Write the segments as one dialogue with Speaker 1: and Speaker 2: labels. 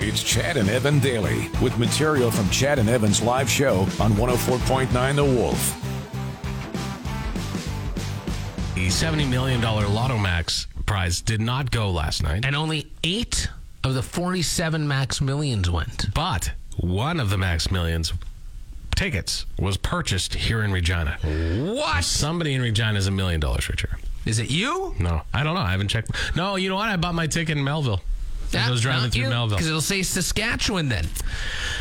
Speaker 1: It's Chad and Evan Daily with material from Chad and Evan's live show on 104.9 The Wolf.
Speaker 2: The $70 million Lotto Max prize did not go last night,
Speaker 3: and only eight of the 47 max millions went.
Speaker 2: but one of the Max Millions tickets was purchased here in Regina. What? Somebody in Regina is a million dollars richer.
Speaker 3: Is it you?
Speaker 2: No, I don't know. I haven't checked. No, you know what? I bought my ticket in Melville. I was driving through Melville.
Speaker 3: Because it'll say Saskatchewan then.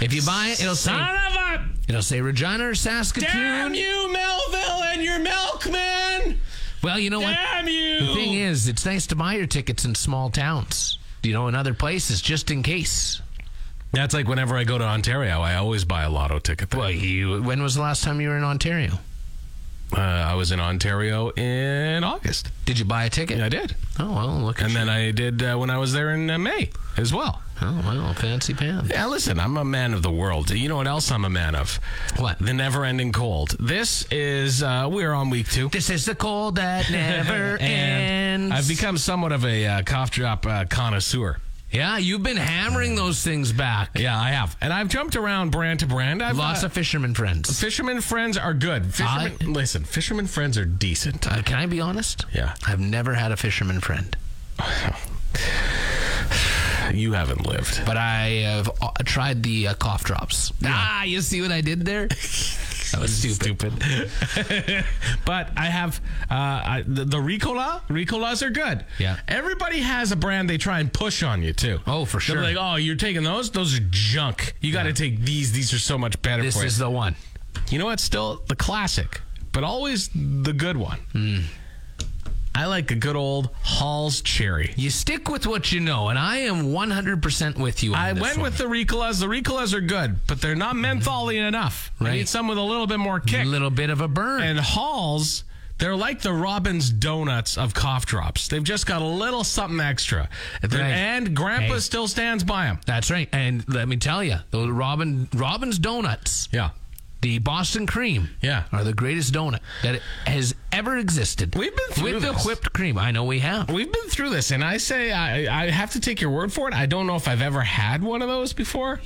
Speaker 3: If you buy it, it'll say
Speaker 2: Son of a
Speaker 3: it'll say Regina or Saskatoon.
Speaker 2: damn you, Melville, and your milkman!
Speaker 3: Well, you know what?
Speaker 2: Damn you!
Speaker 3: The thing is, it's nice to buy your tickets in small towns. You know, in other places, just in case.
Speaker 2: That's like whenever I go to Ontario, I always buy a lotto ticket. There.
Speaker 3: Well, you. When was the last time you were in Ontario?
Speaker 2: Uh, I was in Ontario in August.
Speaker 3: Did you buy a ticket?
Speaker 2: Yeah, I did.
Speaker 3: Oh well, look at
Speaker 2: And
Speaker 3: you.
Speaker 2: then I did uh, when I was there in uh, May as well.
Speaker 3: oh well, fancy pants.
Speaker 2: Yeah, listen, I'm a man of the world. You know what else I'm a man of?
Speaker 3: What?
Speaker 2: The never ending cold. This is, uh, we're on week two.
Speaker 3: This is the cold that never
Speaker 2: And
Speaker 3: ends.
Speaker 2: I've become somewhat of a uh, cough drop uh, connoisseur. Mm.
Speaker 3: yeah, you've been hammering those things back.
Speaker 2: Yeah, I have. And I've jumped around brand to brand. I've
Speaker 3: Lots
Speaker 2: uh,
Speaker 3: of fisherman friends.
Speaker 2: Fisherman friends are good. Fisherman,
Speaker 3: I-
Speaker 2: listen, fisherman friends are decent.
Speaker 3: Uh, can I be honest?
Speaker 2: Yeah.
Speaker 3: I've never had a fisherman friend,
Speaker 2: You haven't lived.
Speaker 3: but I have uh, tried the uh, cough drops. Ah, you see what I did there? That was stupid.
Speaker 2: but I have uh, I, the, the Ricola. Ricolas are good.
Speaker 3: Yeah.
Speaker 2: Everybody has a brand they try and push on you too.
Speaker 3: Oh, for
Speaker 2: They're
Speaker 3: sure.
Speaker 2: like, oh, you're taking those? Those are junk. You got to take these. These are so much better
Speaker 3: This
Speaker 2: for you.
Speaker 3: is the one.
Speaker 2: you know what? Still the classic, but always the good one.
Speaker 3: Hmm.
Speaker 2: I like a good old Hall's cherry.
Speaker 3: You stick with what you know, and I am 100% with you. On
Speaker 2: I
Speaker 3: this
Speaker 2: went
Speaker 3: one.
Speaker 2: with the Ricolas. The Ricolas are good, but they're not mentholy enough. I
Speaker 3: Right.
Speaker 2: need some with a little bit more
Speaker 3: a
Speaker 2: kick.
Speaker 3: little bit of a burn.
Speaker 2: and Halls, they're like the Robin's Donuts of cough drops. They've just got a little something extra. And-
Speaker 3: Right.
Speaker 2: And Grandpa
Speaker 3: Hey.
Speaker 2: still stands by them.
Speaker 3: That's right. And let me tell you, those Robin Robin's donuts,
Speaker 2: Yeah.
Speaker 3: the Boston cream,
Speaker 2: Yeah.
Speaker 3: are the greatest donut that has ever existed.
Speaker 2: We've been through
Speaker 3: with
Speaker 2: this.
Speaker 3: the whipped cream. I know we have.
Speaker 2: We've been through this, and I say I, I have to take your word for it. I don't know if I've ever had one of those before.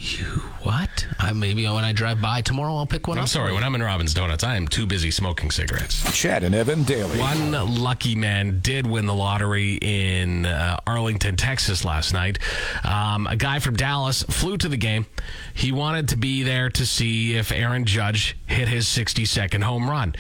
Speaker 3: What? I maybe when I drive by tomorrow, I'll pick one
Speaker 2: I'm
Speaker 3: up.
Speaker 2: sorry, when I'm in Robin's Donuts, I am too busy smoking cigarettes.
Speaker 1: Chad and Evan Daily.
Speaker 2: One lucky man did win the lottery in uh, Arlington, Texas last night. Um, a guy from Dallas flew to the game. He wanted to be there to see if Aaron Judge hit his 60 second home run.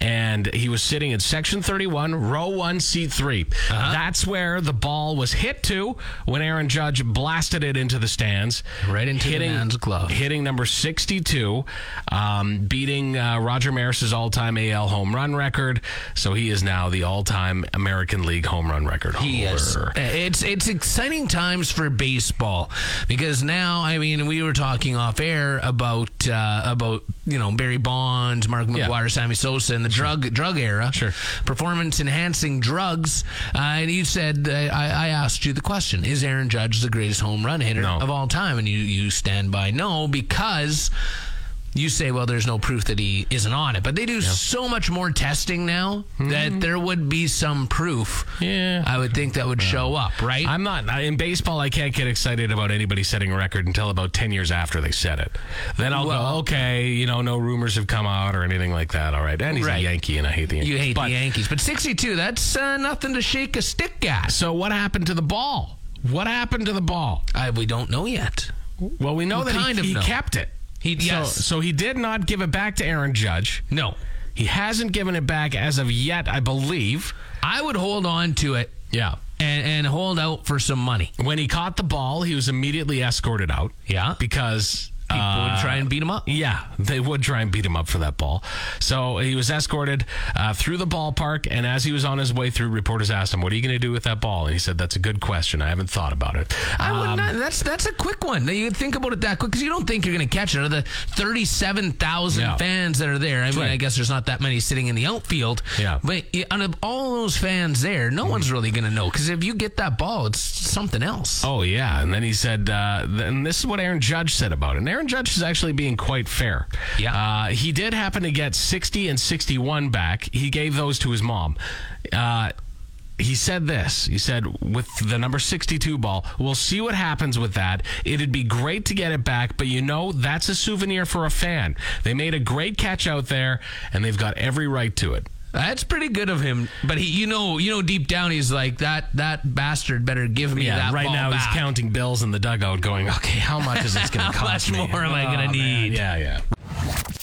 Speaker 2: And he was sitting in section 31, row 1, seat 3.
Speaker 3: Uh-huh.
Speaker 2: That's where the ball was hit to when Aaron Judge blasted it into the stands.
Speaker 3: Right into the man's glove.
Speaker 2: Uh, Hitting number 62, um, beating uh, Roger Maris's all time AL home run record. So he is now the all time American League home run record holder.
Speaker 3: He is. Uh, It's it's exciting times for baseball because now I mean we were talking off air about uh, about you know Barry Bonds, Mark
Speaker 2: Yeah.
Speaker 3: McGuire, Sammy Sosa, and the drug drug era,
Speaker 2: Sure.
Speaker 3: performance enhancing drugs. Uh, and you said uh, I, I asked you the question: Is Aaron Judge the greatest home run hitter
Speaker 2: No.
Speaker 3: of all time? And you you stand by no because. You say, well, there's no proof that he isn't on it, but they do so much more testing now that there would be some proof.
Speaker 2: Hmm.
Speaker 3: Uh,
Speaker 2: Yeah.
Speaker 3: I would think that would show up, right?
Speaker 2: I'm not I- in baseball. I can't get excited about anybody setting a record until about ten years after they set it. Then I'll go,
Speaker 3: Well-
Speaker 2: okay, you know, no rumors have come out or anything like that. All right, and he's
Speaker 3: Right.
Speaker 2: a Yankee, and I hate the Yankees.
Speaker 3: you hate
Speaker 2: But-
Speaker 3: the Yankees, but 62, that's uh, nothing to shake a stick at.
Speaker 2: So what happened to the ball? What happened to the ball?
Speaker 3: I, we don't know yet.
Speaker 2: Well, we know
Speaker 3: We
Speaker 2: that
Speaker 3: kind
Speaker 2: he,
Speaker 3: of
Speaker 2: he
Speaker 3: know.
Speaker 2: kept it.
Speaker 3: He-
Speaker 2: So-
Speaker 3: yes.
Speaker 2: so he did not give it back to Aaron Judge.
Speaker 3: No.
Speaker 2: He hasn't given it back as of yet, I believe.
Speaker 3: I would hold on to it
Speaker 2: Yeah.
Speaker 3: and, and hold out for some money.
Speaker 2: When he caught the ball, he was immediately escorted out
Speaker 3: Yeah.
Speaker 2: because uh,
Speaker 3: People would try and beat him up.
Speaker 2: Yeah, they would try and beat him up for that ball. So he was escorted uh, through the ballpark, and as he was on his way through, reporters asked him, "What are you going to do with that ball?" And he said, "That's a good question. I haven't thought about it." Um,
Speaker 3: I would not. That's that's a quick one. You think about it that quick because you don't think you're going to catch it. Out of the thirty-seven thousand
Speaker 2: Yeah.
Speaker 3: fans that are there, I mean,
Speaker 2: Right.
Speaker 3: I guess there's not that many sitting in the outfield.
Speaker 2: Yeah. Mm-hmm.
Speaker 3: But y- out of all those fans there, no one's really going to know because if you get that ball, it's something else.
Speaker 2: Oh yeah, and then he said, uh, th- and this is what Aaron Judge said about it. And Aaron Judge is actually being quite fair.
Speaker 3: Yeah.
Speaker 2: uh, he did happen to get sixty and sixty-one back. He gave those to his mom. Uh, he said this. He said, with the number 62 ball, we'll see what happens with that. It'd be great to get it back, but you know, that's a souvenir for a fan. They made a great catch out there, and they've got every right to it.
Speaker 3: That's pretty good of him. But he, you know, you know, deep down he's like that. That bastard better give me that.
Speaker 2: right
Speaker 3: ball
Speaker 2: now
Speaker 3: back.
Speaker 2: he's counting bills in the dugout going, okay, how much is this going to
Speaker 3: How
Speaker 2: cost
Speaker 3: much
Speaker 2: me? Oh,
Speaker 3: more am I
Speaker 2: man,
Speaker 3: gonna need?
Speaker 2: Yeah, yeah.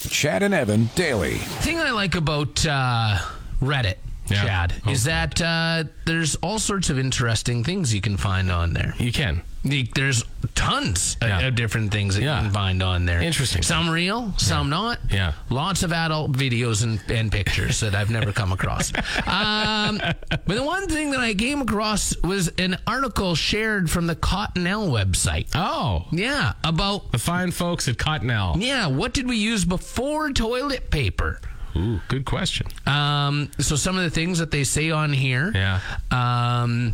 Speaker 1: Chad and Evan daily.
Speaker 3: thing I like about uh, Reddit,
Speaker 2: Yeah.
Speaker 3: Chad,
Speaker 2: Oh,
Speaker 3: is that uh, there's all sorts of interesting things you can find on there.
Speaker 2: You can.
Speaker 3: Like, There's tons of-
Speaker 2: Yeah.
Speaker 3: of different things that
Speaker 2: Yeah.
Speaker 3: you can find on there.
Speaker 2: Interesting.
Speaker 3: Some real, some not.
Speaker 2: Yeah.
Speaker 3: Lots of adult videos and, and pictures that I've never come across. Um, but the one thing that I came across was an article shared from the Cottonelle website.
Speaker 2: Oh,
Speaker 3: Yeah, about
Speaker 2: the fine folks at Cottonelle.
Speaker 3: yeah, what did we use before toilet paper?
Speaker 2: Ooh, good question.
Speaker 3: Um, so some of the things that they say on here,
Speaker 2: Yeah.
Speaker 3: um,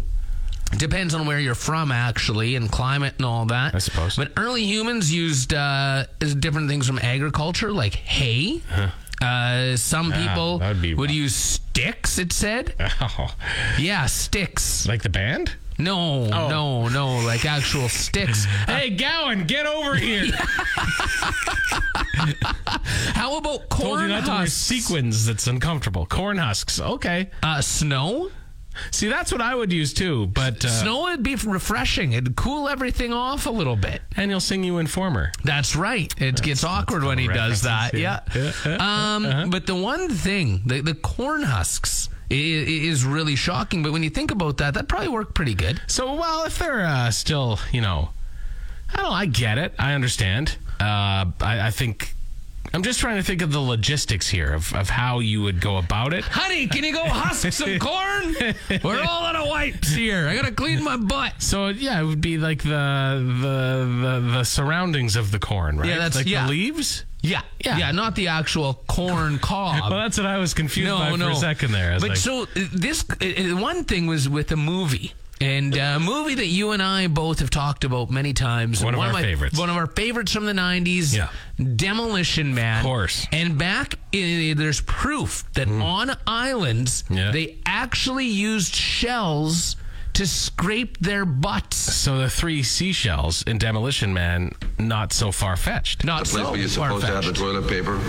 Speaker 3: depends on where you're from, actually, and climate and all that.
Speaker 2: I suppose.
Speaker 3: But early humans used uh, is different things from agriculture, like hay. Uh, some people
Speaker 2: that would be
Speaker 3: would
Speaker 2: rough.
Speaker 3: use sticks. It said,
Speaker 2: Oh,
Speaker 3: yeah, sticks.
Speaker 2: like the band?
Speaker 3: No,
Speaker 2: Oh.
Speaker 3: no, no, like actual sticks.
Speaker 2: Hey, Gowan, get over here!
Speaker 3: How about corn
Speaker 2: Told you not to wear
Speaker 3: husks?
Speaker 2: sequins. That's uncomfortable. Corn husks. Okay.
Speaker 3: uh, snow.
Speaker 2: See, that's what I would use too. But uh,
Speaker 3: Snow would be refreshing. It'd cool everything off a little bit.
Speaker 2: and he'll sing you Informer.
Speaker 3: That's right. It gets awkward when he does that. Yeah. Um, But the one thing, the, the corn husks i- i- is really shocking. But when you think about that, that probably worked pretty good.
Speaker 2: So, well, if they're uh, still, you know, I don't. I get it. I understand. Uh, I, I think. I'm just trying to think of the logistics here of, of how you would go about it.
Speaker 3: Honey, can you go husk some corn? We're all out of wipes here. I gotta clean my butt.
Speaker 2: So yeah, it would be like the the the, the surroundings of the corn, right?
Speaker 3: Yeah, that's-
Speaker 2: like
Speaker 3: yeah.
Speaker 2: the leaves.
Speaker 3: Yeah,
Speaker 2: Yeah.
Speaker 3: yeah, not the actual corn cob.
Speaker 2: Well, that's what I was confused by for a second there. I was
Speaker 3: Um, But
Speaker 2: like,
Speaker 3: so uh, this uh, uh, one thing was with a movie. And uh, a movie that you and I both have talked about many times.
Speaker 2: One of our
Speaker 3: my,
Speaker 2: favorites.
Speaker 3: One of our favorites from the 90s.
Speaker 2: Yeah.
Speaker 3: Demolition Man. Of
Speaker 2: course. Mm.
Speaker 3: And back, in, there's proof that on islands,
Speaker 2: Yeah.
Speaker 3: they actually used shells to scrape their butts.
Speaker 2: so the three seashells in Demolition Man, not so far fetched.
Speaker 3: Not
Speaker 4: The place
Speaker 3: so
Speaker 4: where you're supposed to have the
Speaker 3: far-fetched.
Speaker 4: toilet paper,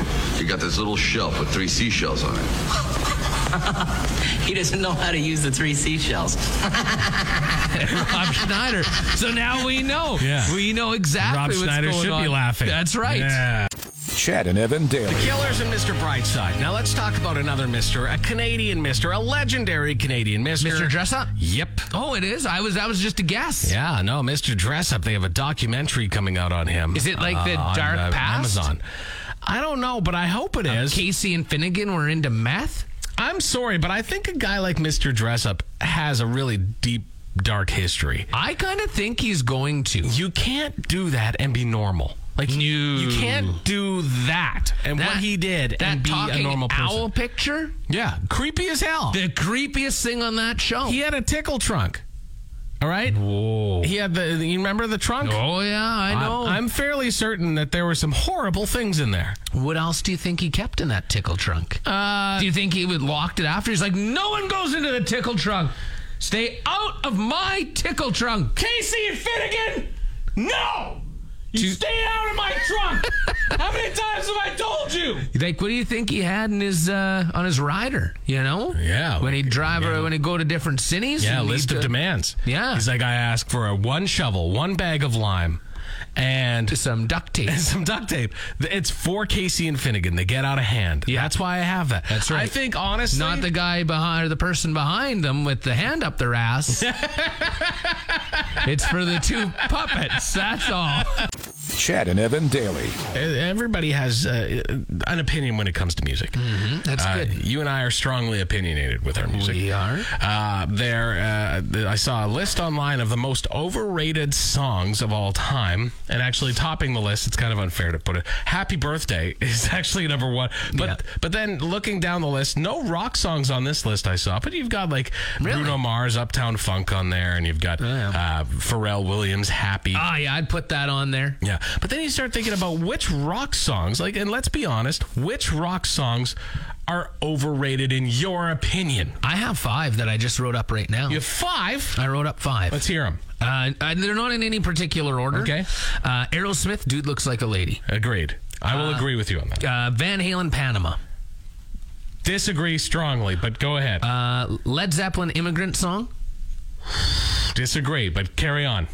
Speaker 4: you got this little shelf with three seashells on it.
Speaker 5: He doesn't know how to use the three seashells.
Speaker 3: Rob Schneider. So now we know.
Speaker 2: Yeah.
Speaker 3: We know exactly
Speaker 2: Rob
Speaker 3: what's
Speaker 2: Schneider
Speaker 3: going
Speaker 2: should
Speaker 3: on.
Speaker 2: be laughing.
Speaker 3: That's right.
Speaker 2: Yeah.
Speaker 1: Chad and Evan daily.
Speaker 2: Killers and Mr. Brightside. Now let's talk about another Mister, a Canadian Mister, a legendary Canadian Mister.
Speaker 3: Mr. Dress Up?
Speaker 2: Yep.
Speaker 3: Oh, it is. I was that was just a guess.
Speaker 2: Yeah, no, Mr. Dress Up. They have a documentary coming out on him. Uh,
Speaker 3: Is it like the
Speaker 2: on,
Speaker 3: Dark Past?
Speaker 2: Amazon. I don't know, but I hope it is.
Speaker 3: Casey and Finnegan were into meth.
Speaker 2: I'm sorry, but I think a guy like Mr. Dress Up has a really deep, dark history.
Speaker 3: I kind of think he's going to.
Speaker 2: You can't do that and be normal. Like
Speaker 3: No.
Speaker 2: you can't do that and
Speaker 3: That-
Speaker 2: what he did
Speaker 3: That
Speaker 2: and be
Speaker 3: talking
Speaker 2: a normal person.
Speaker 3: owl picture,
Speaker 2: Yeah, creepy as hell.
Speaker 3: the creepiest thing on that show.
Speaker 2: He had a tickle trunk. All right.
Speaker 3: Whoa.
Speaker 2: He had the. You remember the trunk?
Speaker 3: Oh yeah, I know.
Speaker 2: I'm, I'm fairly certain uh, that there were some horrible things in there.
Speaker 3: what else do you think he kept in that tickle trunk? Uh, do you think he would locked it after? He's like, no one goes into the tickle trunk. Stay out of my tickle trunk.
Speaker 2: Casey and Finnegan, no! You
Speaker 3: Do-
Speaker 2: stay out of my trunk! How many times have I told you?
Speaker 3: Like, what do you think he had in his uh, on his rider? You know?
Speaker 2: Yeah,
Speaker 3: When he
Speaker 2: okay,
Speaker 3: drive or when he go to different cities.
Speaker 2: Yeah,
Speaker 3: and
Speaker 2: list
Speaker 3: he'd,
Speaker 2: of
Speaker 3: uh,
Speaker 2: demands.
Speaker 3: Yeah.
Speaker 2: He's like, I ask for a one shovel, one bag of lime, and
Speaker 3: Some duct tape.
Speaker 2: and some duct tape. It's for Casey and Finnegan. They get out of hand.
Speaker 3: Yeah.
Speaker 2: That's why I have that.
Speaker 3: That's right.
Speaker 2: I think honestly,
Speaker 3: Not the guy behind or the person behind them with the hand up their ass. it's for the two puppets. That's all.
Speaker 1: Chad and Evan daily.
Speaker 2: E-, everybody has uh, an opinion when it comes to music.
Speaker 3: That's
Speaker 2: Uh,
Speaker 3: good.
Speaker 2: you and I are strongly opinionated with our music.
Speaker 3: Hmm. We are.
Speaker 2: Uh, there, uh, th- I saw a list online of the most overrated songs of all time, and actually topping the list, it's kind of unfair to put it. "Happy Birthday" is actually number one, but
Speaker 3: Yeah.
Speaker 2: but then looking down the list, no rock songs on this list I saw. But you've got like
Speaker 3: Really? Oh,
Speaker 2: Bruno Mars, Uptown Funk on there, and you've got uh, Pharrell Williams, "Happy."
Speaker 3: Ah, yeah, I'd put that on there.
Speaker 2: Yeah, but then you start thinking about which rock songs, like, and let's be honest, which rock songs are overrated in your opinion?
Speaker 3: I have five that I just wrote up right now.
Speaker 2: You have five.
Speaker 3: I wrote up five.
Speaker 2: Let's hear them.
Speaker 3: Uh, uh, they're not in any particular order.
Speaker 2: Okay.
Speaker 3: Uh, Aerosmith, dude looks like a lady.
Speaker 2: Agreed. I will agree with you on that.
Speaker 3: Uh, Van Halen, Panama.
Speaker 2: Disagree strongly, but go ahead.
Speaker 3: Uh, Led Zeppelin, immigrant song.
Speaker 2: Disagree, but carry on.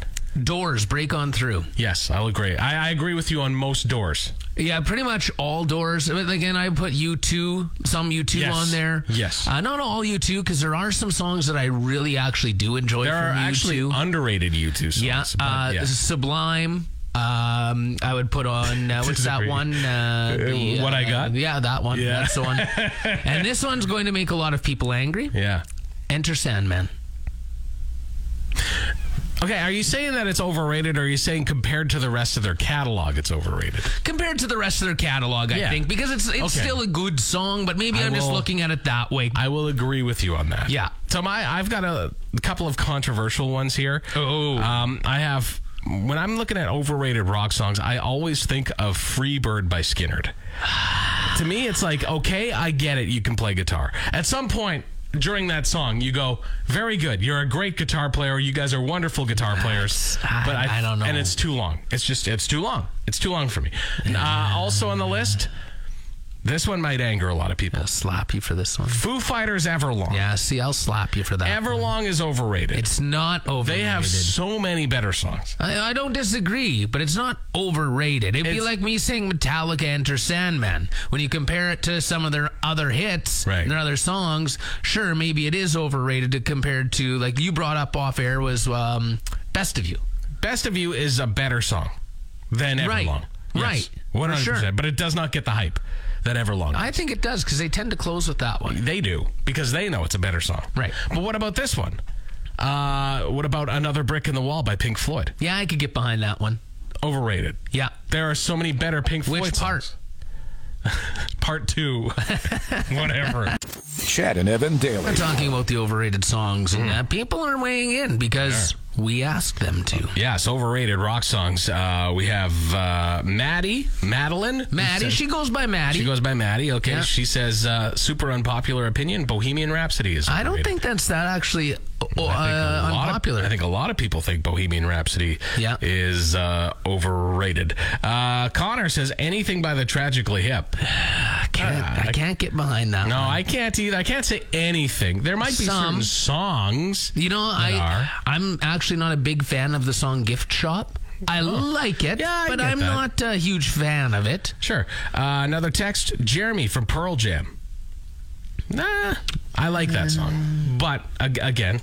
Speaker 3: Doors, break on through.
Speaker 2: Yes, I'll agree. I, I agree with you on most doors.
Speaker 3: Yeah, pretty much all doors. I mean, Again, I put U2, some U2
Speaker 2: Yes.
Speaker 3: on there.
Speaker 2: Yes.
Speaker 3: Uh, not all U2, because there are some songs that I really actually do enjoy
Speaker 2: There
Speaker 3: from
Speaker 2: are
Speaker 3: U2.
Speaker 2: actually underrated U2 songs.
Speaker 3: yeah,
Speaker 2: but
Speaker 3: uh,
Speaker 2: yeah.
Speaker 3: Sublime. Um, I would put on uh, what's that
Speaker 2: Disagree.
Speaker 3: one? Uh, the,
Speaker 2: What I
Speaker 3: uh,
Speaker 2: Got?
Speaker 3: Yeah, that one.
Speaker 2: Yeah.
Speaker 3: That's the one. and this one's going to make a lot of people angry.
Speaker 2: yeah.
Speaker 3: Enter Sandman.
Speaker 2: Okay, are you saying that it's overrated, or are you saying compared to the rest of their catalog, it's overrated?
Speaker 3: Compared to the rest of their catalog, I
Speaker 2: Yeah.
Speaker 3: think because it's it's
Speaker 2: Okay.
Speaker 3: still a good song, but maybe
Speaker 2: I
Speaker 3: I am just
Speaker 2: will-
Speaker 3: looking at it that way.
Speaker 2: I will agree with you on that.
Speaker 3: Yeah.
Speaker 2: So my I've got a couple of controversial ones here.
Speaker 3: Oh.
Speaker 2: Um, I have when I'm looking at overrated rock songs, I always think of Free Bird by Skinnerd. to me, it's like, okay, I get it, you can play guitar. At some point during that song, you go, very good. You're a great guitar player. You guys are wonderful guitar players.
Speaker 3: I- I don't know.
Speaker 2: And it's too long. It's just, it's too long. It's too long for me. Uh, also on the list, this one might anger a lot of people.
Speaker 3: I'll slap you for this one.
Speaker 2: Foo Fighters Everlong.
Speaker 3: Yeah, see, I'll slap you for that.
Speaker 2: Everlong is overrated.
Speaker 3: It's not overrated.
Speaker 2: they have so many better songs.
Speaker 3: I, I don't disagree, but it's not overrated. It'd be
Speaker 2: It's-
Speaker 3: like me saying Metallica enter Sandman. When you compare it to some of their other hits,
Speaker 2: Right.
Speaker 3: their other songs, sure, maybe it is overrated to, compared to, like you brought up off air, was um, Best of You.
Speaker 2: Best of You is a better song than Everlong.
Speaker 3: Right. Right. For
Speaker 2: One hundred
Speaker 3: sure.
Speaker 2: percent. But it does not get the hype that Everlong.
Speaker 3: I
Speaker 2: does.
Speaker 3: think it does because they tend to close with that one.
Speaker 2: they do because they know it's a better song.
Speaker 3: Right.
Speaker 2: But what about this one? Uh, what about Another Brick in the Wall by Pink Floyd?
Speaker 3: Yeah, I could get behind that one.
Speaker 2: Overrated.
Speaker 3: Yeah.
Speaker 2: There are so many better Pink Floyd
Speaker 3: Which part?
Speaker 2: songs. Part two. Whatever.
Speaker 1: Chad and Evan daily.
Speaker 3: We're talking about the overrated songs, and uh, people are weighing in because we asked them to.
Speaker 2: Yes, overrated rock songs. Uh, we have uh, Maddie, Madeline.
Speaker 3: Maddie, she goes by Maddie.
Speaker 2: She goes by Maddie. Okay,
Speaker 3: Yeah.
Speaker 2: she says uh, super unpopular opinion. Bohemian Rhapsody is.
Speaker 3: I don't
Speaker 2: overrated.
Speaker 3: think that's that actually uh,
Speaker 2: I think a
Speaker 3: uh,
Speaker 2: lot of-
Speaker 3: unpopular.
Speaker 2: I think a lot of people think Bohemian Rhapsody
Speaker 3: Yeah.
Speaker 2: is uh, overrated. Uh, Connor says anything by the Tragically Hip.
Speaker 3: I can't. I can't get behind that.
Speaker 2: No,
Speaker 3: one.
Speaker 2: I can't either. I can't say anything. There might be
Speaker 3: Some.
Speaker 2: certain songs.
Speaker 3: You know, I
Speaker 2: are.
Speaker 3: I'm actually not a big fan of the song "Gift Shop." I like it,
Speaker 2: Oh. Yeah, I
Speaker 3: but
Speaker 2: get
Speaker 3: I'm
Speaker 2: that.
Speaker 3: not a huge fan of it.
Speaker 2: Sure. Uh, another text Jeremy from Pearl Jam. Nah, I like that song. But ag- again,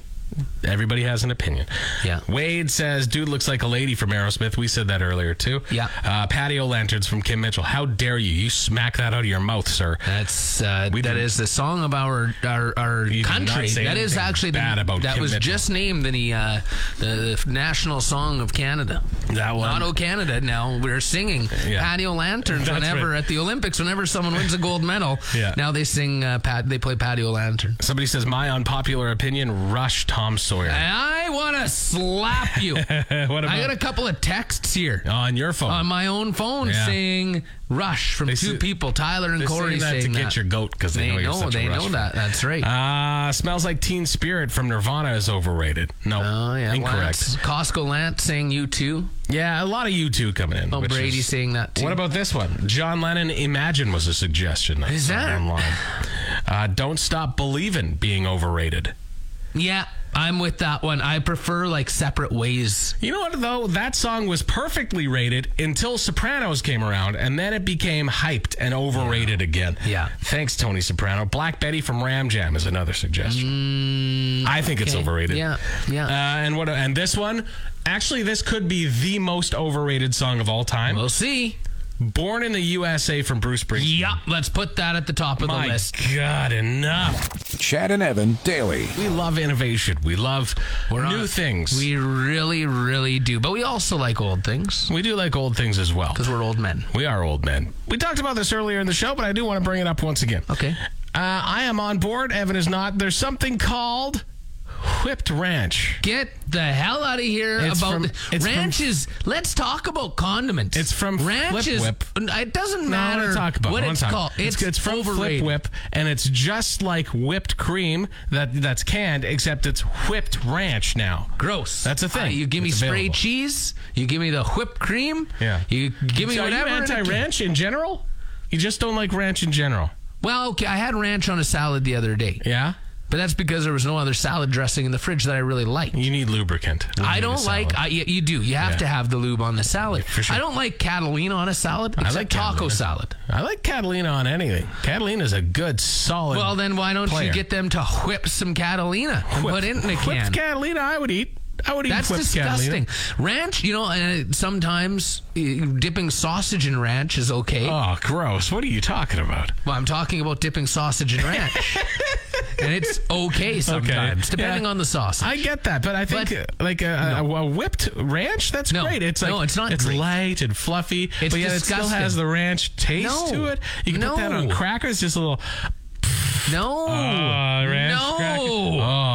Speaker 2: everybody has an opinion.
Speaker 3: Yeah.
Speaker 2: Wade says, dude looks like a lady from Aerosmith. We said that earlier, too.
Speaker 3: Yeah.
Speaker 2: Uh, Patio Lanterns from Kim Mitchell. How dare you? You smack that out of your mouth, sir.
Speaker 3: That's uh,
Speaker 2: We
Speaker 3: that
Speaker 2: did-
Speaker 3: is the song of our our, our
Speaker 2: You did not
Speaker 3: country.
Speaker 2: say
Speaker 3: That is
Speaker 2: anything
Speaker 3: actually the-
Speaker 2: bad about
Speaker 3: that
Speaker 2: Kim
Speaker 3: was
Speaker 2: Mitchell.
Speaker 3: just named in the, uh, the national song of Canada.
Speaker 2: That one.
Speaker 3: not O Canada. Now we're singing
Speaker 2: Yeah.
Speaker 3: Patio Lanterns
Speaker 2: That's
Speaker 3: whenever
Speaker 2: right.
Speaker 3: at the Olympics. Whenever someone wins a gold medal,
Speaker 2: Yeah.
Speaker 3: now they sing. Uh, pat, they play Patio Lantern.
Speaker 2: Somebody says, my unpopular opinion, Rush Tom Sawyer.
Speaker 3: And I want to slap you. Eh. I Oh,
Speaker 2: what about
Speaker 3: got a couple of texts here.
Speaker 2: on your phone?
Speaker 3: On my own phone,
Speaker 2: Yeah.
Speaker 3: saying "Rush" from
Speaker 2: They
Speaker 3: two
Speaker 2: say-
Speaker 3: people, Tyler and
Speaker 2: They're
Speaker 3: Corey,
Speaker 2: saying that
Speaker 3: saying
Speaker 2: to
Speaker 3: that.
Speaker 2: get your goat because they,
Speaker 3: they
Speaker 2: know you're
Speaker 3: know,
Speaker 2: such a
Speaker 3: they
Speaker 2: Rush
Speaker 3: know
Speaker 2: fan.
Speaker 3: that. That's right.
Speaker 2: Uh, smells like Teen Spirit from Nirvana is overrated. No,
Speaker 3: Oh yeah,
Speaker 2: incorrect.
Speaker 3: Lance. Costco Lance saying you too.
Speaker 2: Yeah, a lot of you two coming in.
Speaker 3: Oh,
Speaker 2: which
Speaker 3: Brady
Speaker 2: is-
Speaker 3: saying that too.
Speaker 2: What about this one? John Lennon, "Imagine" was a suggestion. I
Speaker 3: Is
Speaker 2: saw
Speaker 3: that-
Speaker 2: online? Uh, "Don't Stop Believin'" being overrated.
Speaker 3: Yeah, I'm with that one. I prefer like separate ways.
Speaker 2: You know what though? That song was perfectly rated until Sopranos came around, and then it became hyped and overrated again.
Speaker 3: Yeah.
Speaker 2: Thanks, Tony Soprano. Black Betty from Ram Jam is another suggestion. I think it's
Speaker 3: Mm, okay.
Speaker 2: overrated.
Speaker 3: Yeah, yeah.
Speaker 2: Uh, and what? And this one, actually, this could be the most overrated song of all time.
Speaker 3: We'll see.
Speaker 2: Born in the USA from Bruce Springsteen.
Speaker 3: Yup, let's put that at the top of
Speaker 2: My
Speaker 3: the list.
Speaker 2: God, enough.
Speaker 1: Chad and Evan daily.
Speaker 2: We love innovation. We love
Speaker 3: on
Speaker 2: new
Speaker 3: it.
Speaker 2: things.
Speaker 3: We really, really do. But we also like old things
Speaker 2: we do like old things as well.
Speaker 3: because we're old men.
Speaker 2: We are old men. We talked about this earlier in the show, but I do want to bring it up once again.
Speaker 3: Okay.
Speaker 2: Uh, I am on board. Evan is not. There's something called whipped ranch.
Speaker 3: Get the hell out of here
Speaker 2: It's
Speaker 3: about
Speaker 2: from-
Speaker 3: the
Speaker 2: it's
Speaker 3: ranch is let's talk about condiments.
Speaker 2: It's from Flip
Speaker 3: ranch is
Speaker 2: Whip.
Speaker 3: it doesn't
Speaker 2: No, I
Speaker 3: matter
Speaker 2: wanna talk about
Speaker 3: what
Speaker 2: it one
Speaker 3: it's
Speaker 2: time.
Speaker 3: called. It's,
Speaker 2: it's from
Speaker 3: overrated.
Speaker 2: Flip Whip, and it's just like whipped cream that that's canned, except it's whipped ranch now.
Speaker 3: Gross.
Speaker 2: That's a thing.
Speaker 3: Uh, you give me
Speaker 2: It's
Speaker 3: spray
Speaker 2: available.
Speaker 3: cheese. You give me the whipped cream.
Speaker 2: Yeah.
Speaker 3: You give me
Speaker 2: So
Speaker 3: whatever.
Speaker 2: Are you
Speaker 3: and it-
Speaker 2: anti-ranch in general? You just don't like ranch in general.
Speaker 3: Well, okay. I had ranch on a salad the other day,
Speaker 2: Yeah.
Speaker 3: but that's because there was no other salad dressing in the fridge that I really liked.
Speaker 2: You need lubricant. when you
Speaker 3: I
Speaker 2: eat a
Speaker 3: don't like.
Speaker 2: salad.
Speaker 3: I, you, you do. You have
Speaker 2: Yeah.
Speaker 3: to have the lube on the salad.
Speaker 2: for sure.
Speaker 3: I don't like Catalina on a salad. I
Speaker 2: like
Speaker 3: like taco
Speaker 2: Catalina.
Speaker 3: salad.
Speaker 2: I like Catalina on anything. Catalina's a good, solid.
Speaker 3: Well, then why don't
Speaker 2: player.
Speaker 3: you get them to whip some Catalina and
Speaker 2: Whip-
Speaker 3: put it in a can?
Speaker 2: Whipped Catalina, I would eat. I would eat
Speaker 3: That's
Speaker 2: whipped
Speaker 3: disgusting. Ranch, you know, uh, sometimes uh, dipping sausage in ranch is okay.
Speaker 2: Catalina. Oh, gross. What are you talking about?
Speaker 3: Well, I'm talking about dipping sausage in ranch. and it's okay sometimes, depending
Speaker 2: Yeah.
Speaker 3: on the sauce.
Speaker 2: I get that, but I think
Speaker 3: But-
Speaker 2: uh, like a, a- a whipped ranch, that's
Speaker 3: No.
Speaker 2: great. It's like,
Speaker 3: No, it's not
Speaker 2: It's
Speaker 3: great.
Speaker 2: light and fluffy,
Speaker 3: It's
Speaker 2: but yet it still
Speaker 3: disgusting.
Speaker 2: has the ranch taste
Speaker 3: No.
Speaker 2: to it. You can put that on
Speaker 3: No.
Speaker 2: crackers, just a little.
Speaker 3: no.
Speaker 2: Oh, ranch
Speaker 3: no.
Speaker 2: cracker. Oh,